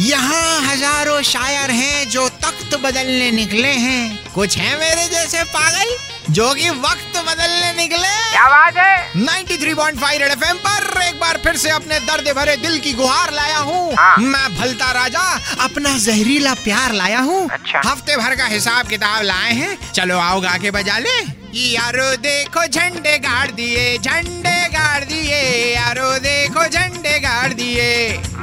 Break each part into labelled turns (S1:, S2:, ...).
S1: यहाँ हजारों शायर हैं जो तख्त बदलने निकले हैं कुछ हैं मेरे जैसे पागल जो कि वक्त बदलने निकले
S2: क्या बात है
S1: 93.5 रेड एफएम पर एक बार फिर से अपने दर्द भरे दिल की गुहार लाया हूँ
S2: हाँ।
S1: मैं भलता राजा अपना जहरीला प्यार लाया हूँ
S2: अच्छा।
S1: हफ्ते भर का हिसाब किताब लाए हैं चलो आओ गा के बजा ले यारो देखो झंडे गाड़ दिए झंडे गाड़ दिए यारो देखो झंडे गाड़ दिए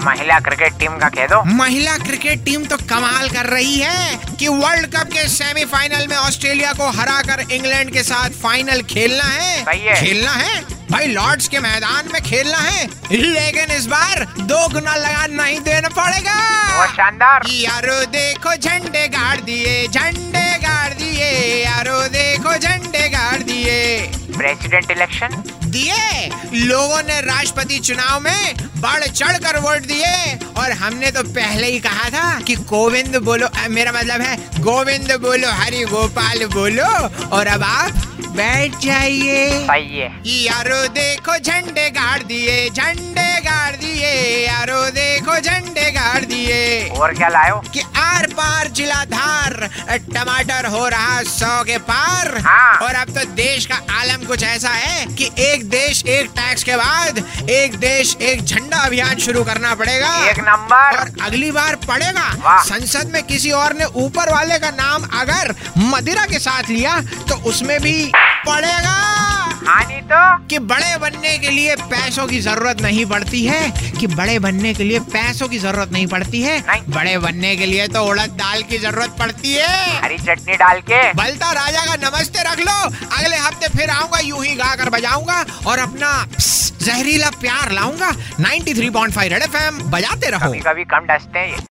S2: महिला क्रिकेट टीम का कह दो
S1: महिला क्रिकेट टीम तो कमाल कर रही है कि वर्ल्ड कप के सेमीफाइनल में ऑस्ट्रेलिया को हराकर इंग्लैंड के साथ फाइनल खेलना है
S2: सही है।
S1: खेलना है भाई लॉर्ड्स के मैदान में खेलना है लेकिन इस बार दो गुना लगान नहीं देना पड़ेगा
S2: बहुत शानदार
S1: यारो देखो झंडे गाड़ दिए झंडे गाड़ दिए यारो देखो झंडे गाड़ दिए
S2: प्रेसिडेंट इलेक्शन
S1: दिए लोगों ने राष्ट्रपति चुनाव में बढ़ चढ़ कर वोट दिए और हमने तो पहले ही कहा था कि गोविंद बोलो अ, मेरा मतलब है गोविंद बोलो हरि गोपाल बोलो और अब आप बैठ जाइए
S2: सही है
S1: यारो देखो झंडे गाड़ दिए झंडे गाड़ दिए यारो देखो झंडे गाड़ दिए
S2: और क्या लायो
S1: कि आर पार जिलाधार टमाटर हो रहा सौ के पार
S2: हाँ।
S1: और अब तो देश का आलम कुछ ऐसा है कि एक देश एक टैक्स के बाद एक देश एक झंडा अभियान शुरू करना पड़ेगा
S2: एक नंबर
S1: और अगली बार पड़ेगा
S2: वाह।
S1: संसद में किसी और ने ऊपर वाले का नाम अगर मदिरा के साथ लिया तो उसमें भी पड़ेगा
S2: हानि तो
S1: कि बड़े बनने के लिए पैसों की जरूरत नहीं पड़ती है कि बड़े बनने के लिए पैसों की जरूरत नहीं पड़ती है
S2: नहीं।
S1: बड़े बनने के लिए तो उड़द दाल की जरूरत पड़ती है
S2: हरी चटनी डाल के
S1: बलता राजा का नमस्ते रख लो अगले हफ्ते फिर आऊंगा यूं ही गा कर बजाऊंगा और अपना जहरीला प्यार लाऊंगा 93.5 रेड एफएम बजाते रहो
S2: कभी कभी कम डसते हैं ये